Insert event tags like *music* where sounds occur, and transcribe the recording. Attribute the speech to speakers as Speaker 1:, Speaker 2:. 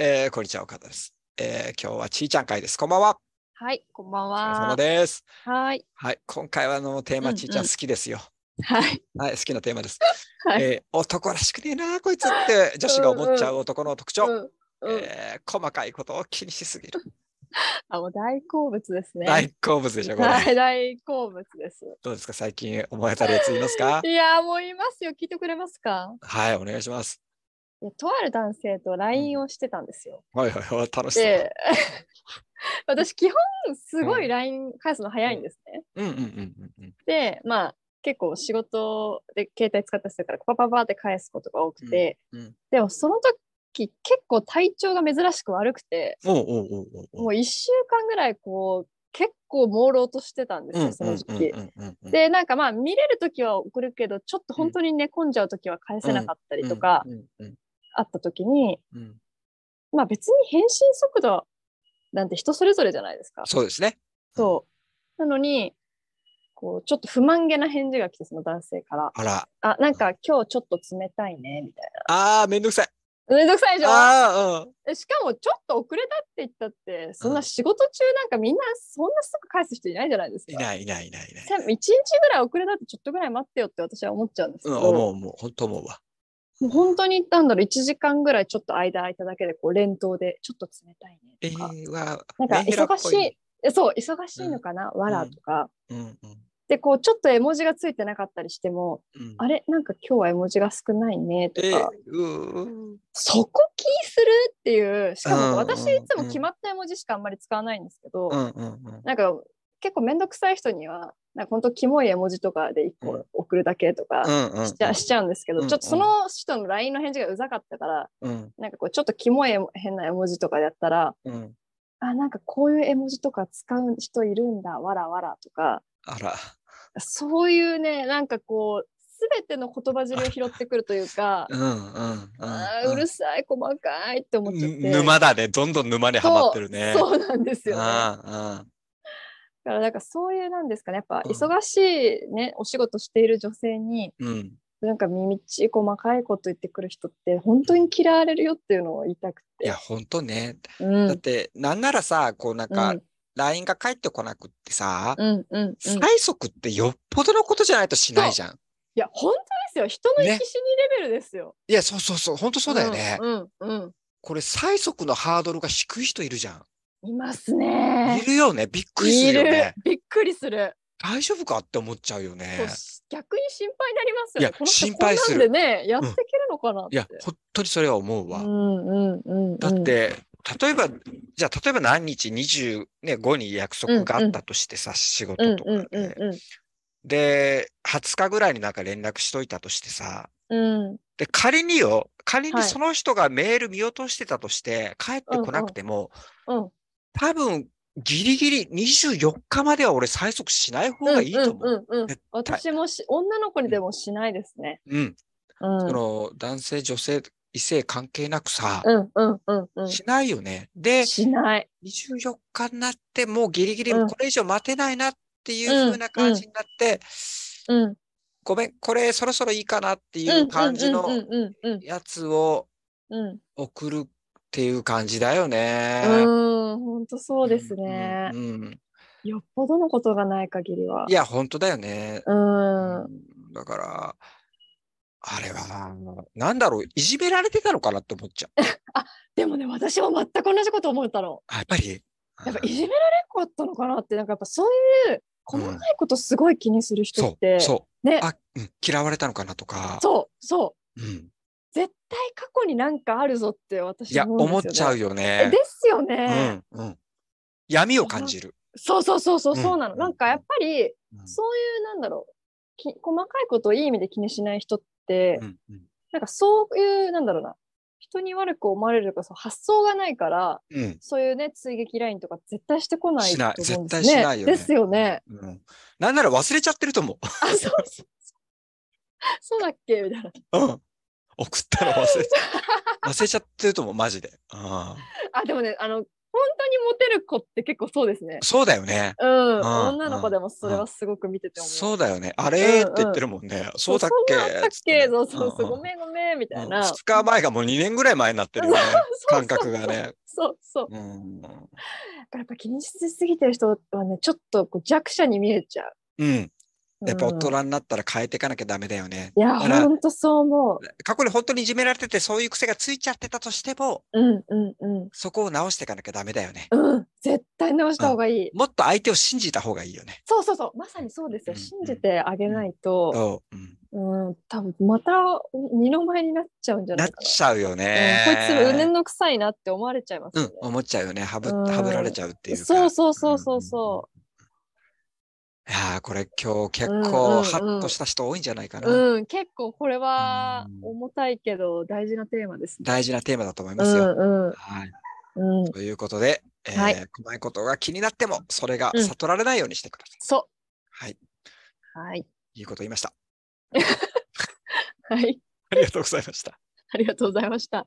Speaker 1: えー、こんにちは、岡田です。えー、今日はちーちゃん会です。こんばんは。
Speaker 2: はい、こんばん
Speaker 1: お疲れ様
Speaker 2: は。
Speaker 1: です。
Speaker 2: はい。
Speaker 1: はい、今回はあのテーマ、
Speaker 2: うん
Speaker 1: ちーちゃん好きですよ。
Speaker 2: はい。
Speaker 1: はい、好きなテーマです。
Speaker 2: *laughs* はい
Speaker 1: えー男らしくねえな、こいつって女子が思っちゃう男の特徴。
Speaker 2: うんうん
Speaker 1: えー細かいことを気にしすぎる。
Speaker 2: あ、もう大好物ですね。
Speaker 1: 大好物でしょ、これ。
Speaker 2: 大大好物です。
Speaker 1: どうですか、最近思い当たるやついますか
Speaker 2: いやー、もういますよ。聞いてくれますか
Speaker 1: はい、お願いします。
Speaker 2: いやとある男性と LINE をしてたんですよ。
Speaker 1: はいはいはい、楽しそう。
Speaker 2: で、 *laughs* 私、基本、すご
Speaker 1: う
Speaker 2: い LINE 返すの早いんですね。
Speaker 1: うんうんうんうんうん。
Speaker 2: で、まあ、結構仕事で携帯使ったりするから、パパパって返すことが多くて、
Speaker 1: うんうん
Speaker 2: でも、その時、結構体調が珍しく悪くて、
Speaker 1: おうおうおうおうおう。
Speaker 2: もう1週間ぐらいこう結構朦朧としてたんですよその時期。
Speaker 1: うんうんうんうんうん
Speaker 2: でなんかまあ見れる時は送るけどちょっと本当に寝込んじゃう時は返せなかったりとか
Speaker 1: うんうん
Speaker 2: あった時に、
Speaker 1: うんうん
Speaker 2: まあ別に返信速度なんて人それぞれじゃないですか。
Speaker 1: そうですね。
Speaker 2: そうなのにこうちょっと不満げな返事が来てその男性から
Speaker 1: あら、
Speaker 2: 「あなんか今日ちょっと冷たいね」みたい
Speaker 1: あー、めんどくさい。
Speaker 2: な。めんどくさいでしょ
Speaker 1: ああ、うん。
Speaker 2: えしかもちょっと遅れたって言ったってそんな仕事中なんかみんなそんなすぐ返す人いないじゃないですか。
Speaker 1: いないいないいないいない。
Speaker 2: せ1日ぐらい遅れだってちょっとぐらい待ってよって私は思っちゃうんですけ
Speaker 1: うん、思
Speaker 2: ど、
Speaker 1: う
Speaker 2: も
Speaker 1: 思う、本当思うわ。
Speaker 2: う本当になんだろう1時間ぐらいちょっと間空いただけでこう連投でちょっと冷たい
Speaker 1: え
Speaker 2: ねとか、
Speaker 1: ー、わ
Speaker 2: なんか忙しい
Speaker 1: い。
Speaker 2: えそう忙しいのかな、わらとか、
Speaker 1: うんうん
Speaker 2: でこうちょっと絵文字がついてなかったりしても
Speaker 1: うん。
Speaker 2: あれなんか今日は絵文字が少ないねと
Speaker 1: え
Speaker 2: か、
Speaker 1: ー、うー
Speaker 2: そこ気にするっていうしか
Speaker 1: うんうん
Speaker 2: も
Speaker 1: う
Speaker 2: 私
Speaker 1: ん
Speaker 2: いつも決まった絵文字しかあんまり使わないんですけど、
Speaker 1: うんうんうん。
Speaker 2: なんか結構めんどくさい人にはなんか本当キモい絵文字とかで1個送るだけとか、
Speaker 1: うんうんうん
Speaker 2: しちゃしちゃうんですけど、
Speaker 1: うん
Speaker 2: ちょっとその人の LINE の返事がうざかったから、
Speaker 1: うん
Speaker 2: なんかこうちょっとキモい絵変な絵文字とかやったら、
Speaker 1: うん。
Speaker 2: あ、なんかこういう絵文字とか使う人いるんだ、わらわらとか、
Speaker 1: あら、
Speaker 2: そういうね、なんかこう、すべての言葉尻を拾ってくるというか、
Speaker 1: うんうん *laughs* うん。
Speaker 2: あーうるさい、細かいって思っちゃって。
Speaker 1: 沼だね、どんどん沼にはまってるね。
Speaker 2: そうなんですよ、ね。だ
Speaker 1: あ
Speaker 2: からなんかそういうなんですかね、やっぱ
Speaker 1: うん
Speaker 2: 忙しいね、お仕事している女性に、
Speaker 1: ーうん。
Speaker 2: なんか耳っちい細かいこと言ってくる人って、本当に嫌われるよっていうのを言いたく
Speaker 1: いや、
Speaker 2: て。
Speaker 1: 本当ね。
Speaker 2: うん
Speaker 1: だって、なんならさ、こうなん
Speaker 2: う
Speaker 1: か
Speaker 2: ん、
Speaker 1: LINE が返ってこなくってさ、
Speaker 2: うんうんうん、い
Speaker 1: 催促ってよっぽどのことじゃないとしないじゃん。
Speaker 2: や本当ですよ人の
Speaker 1: ね
Speaker 2: 生き死にレベルですよ、
Speaker 1: いや、そうそうそう、本当そうだよね。
Speaker 2: うんうん、うん
Speaker 1: これ、催促のハードルが低い人いるじゃん。
Speaker 2: います
Speaker 1: い
Speaker 2: ね
Speaker 1: るよね。びっくりするよね。
Speaker 2: いるびっくりする、
Speaker 1: 大丈夫かって思っちゃうよね
Speaker 2: そう。逆に心配になりますよ
Speaker 1: い
Speaker 2: ね
Speaker 1: や
Speaker 2: この人
Speaker 1: 心配する
Speaker 2: こんなんでねやっていけるのかなって、
Speaker 1: いや、本当にそれは思うわ。
Speaker 2: うんうんうんうん
Speaker 1: だって、例えば、じゃあ、例えば何日25、ね、5に約束があったとしてさ、仕
Speaker 2: う
Speaker 1: 事
Speaker 2: ん
Speaker 1: とか
Speaker 2: うん
Speaker 1: で、
Speaker 2: うん
Speaker 1: で、20日ぐらいになんか連絡しといたとしてさ、
Speaker 2: うん
Speaker 1: で、仮によ、仮に
Speaker 2: はい
Speaker 1: その人がメール見落としてたとして、帰ってこなくても、
Speaker 2: うんうん
Speaker 1: 多分、ギリギリ24日までは俺催促しない方がいいと思う。
Speaker 2: うんうんうん
Speaker 1: 絶対
Speaker 2: 私もし女の子にでもしないですね
Speaker 1: うん。
Speaker 2: うんう
Speaker 1: そ
Speaker 2: ん
Speaker 1: の、男性、女性、異性関係なくさ、
Speaker 2: うんうんうん
Speaker 1: しないよね。で、
Speaker 2: しない
Speaker 1: 24日になって、もうギリギリ
Speaker 2: うん
Speaker 1: これ以上待てないなっていう風な感じになって、
Speaker 2: うん
Speaker 1: ごめん、これそろそろいいかなって
Speaker 2: うんう
Speaker 1: い
Speaker 2: ん
Speaker 1: う感じの
Speaker 2: うんうんうん
Speaker 1: やつを
Speaker 2: うん
Speaker 1: 送るっていう感じだよね。
Speaker 2: うん本当そうですね、
Speaker 1: うんうんうん
Speaker 2: よっぽどのことがない限りは。
Speaker 1: いや、本当だよね。
Speaker 2: うーん。
Speaker 1: だから、あれは、なんだろう、いじめられてたのかなって思っちゃう。
Speaker 2: でもね、私も全く同じこと思った *laughs* の。
Speaker 1: あやっぱり。
Speaker 2: やっぱいじめられなかったのかなって、なんかやっぱそういう細かいことすごい気にする人
Speaker 1: そ
Speaker 2: っ
Speaker 1: う、
Speaker 2: て、
Speaker 1: そう。
Speaker 2: ね
Speaker 1: あ、うん嫌われたのかなとか。
Speaker 2: そう、そう、
Speaker 1: うん
Speaker 2: 絶対過去になんかあるぞって
Speaker 1: い
Speaker 2: 私
Speaker 1: や、
Speaker 2: は思
Speaker 1: 思っ
Speaker 2: うんです
Speaker 1: ち
Speaker 2: よ
Speaker 1: ゃう
Speaker 2: ね。
Speaker 1: よ
Speaker 2: え
Speaker 1: ね。
Speaker 2: ですよ
Speaker 1: う
Speaker 2: ね、
Speaker 1: んうん。闇を感じる。
Speaker 2: そうそうそうそううんそうなの、
Speaker 1: うん
Speaker 2: なんかやっぱ
Speaker 1: う
Speaker 2: り
Speaker 1: ん
Speaker 2: そういうなんだろうき細かいことをいい意味で気にしない人って、
Speaker 1: うんうん
Speaker 2: なんかそういうなんだろうな人に悪く思われるとかそう発想がないから、
Speaker 1: うん、
Speaker 2: そういうね、追撃ラインとか絶対してこない
Speaker 1: しない、
Speaker 2: と思うん
Speaker 1: 絶
Speaker 2: です
Speaker 1: 対しないよね。
Speaker 2: ですよね。
Speaker 1: うん。なんなら忘れちゃってると思
Speaker 2: あ、そうそうそう。そうだっけみたいな。
Speaker 1: う。うん。送ったら忘れちゃ忘れちゃってると思う、マジで。うん
Speaker 2: あ、でもね、あの、本当にモテる子って結構そうですね。
Speaker 1: そうだよね。
Speaker 2: うん、
Speaker 1: ん
Speaker 2: 女の子でもそれはすごく見てて思う。
Speaker 1: そうだよね。あれって言ってるもんね。そうだっけ
Speaker 2: そんなんあったっけそうそうそう、
Speaker 1: うんうん
Speaker 2: ごめんごめんみたいな。
Speaker 1: 2日前がもう2年ぐらい前になってるよね。
Speaker 2: そうそうそ
Speaker 1: 感
Speaker 2: う
Speaker 1: 覚がね。
Speaker 2: そうそう。
Speaker 1: うん。
Speaker 2: だからやっぱ気にしすぎてる人はね、ちょっとこう弱者に見えちゃ
Speaker 1: う
Speaker 2: う。
Speaker 1: ん。やっぱ大
Speaker 2: うん
Speaker 1: 人になったら変えていかなきゃダメだよね。
Speaker 2: いや、
Speaker 1: だから
Speaker 2: ほんとそう思
Speaker 1: 過去に本当にいじめられてて、そういう癖がついちゃってたとしても、
Speaker 2: う。うんうんうん。
Speaker 1: そこを直していかなきゃダメだよね。
Speaker 2: うん、絶対直した方がいい。
Speaker 1: もっと相手を信じた方がいいよね。
Speaker 2: そうそうそう、まさにそうですよ。
Speaker 1: うん
Speaker 2: 信じてあげないと、
Speaker 1: そううん
Speaker 2: うん、多分また二の舞になっちゃうんじゃ
Speaker 1: な
Speaker 2: な
Speaker 1: っ
Speaker 2: いか
Speaker 1: ちゃうよね
Speaker 2: な。。うん、こいつもうねんの臭いなって思われちゃいます
Speaker 1: う
Speaker 2: よ
Speaker 1: ん
Speaker 2: ね。、
Speaker 1: 思っちゃうよね。はぶ、
Speaker 2: うん
Speaker 1: はぶられちゃうっていうか。
Speaker 2: そうそうそうそうそ
Speaker 1: うん。いやーこれ今日結
Speaker 2: うんうんう
Speaker 1: 構
Speaker 2: ん
Speaker 1: ハッとした人多いんじゃないか
Speaker 2: う。
Speaker 1: な。
Speaker 2: うん、結構これは
Speaker 1: うん
Speaker 2: 重たいけど大事なテーマですね。
Speaker 1: 大事なテーマだと思いうますよ。
Speaker 2: んうん
Speaker 1: はい。
Speaker 2: うん。
Speaker 1: ということで、えー
Speaker 2: はい
Speaker 1: 細いことが気になっても、それが
Speaker 2: うん
Speaker 1: 悟られないようにしてください。
Speaker 2: そ
Speaker 1: はい。
Speaker 2: う。はい。
Speaker 1: いいこと言いました。
Speaker 2: はい。
Speaker 1: ありがとうございました。
Speaker 2: ありがとうございました。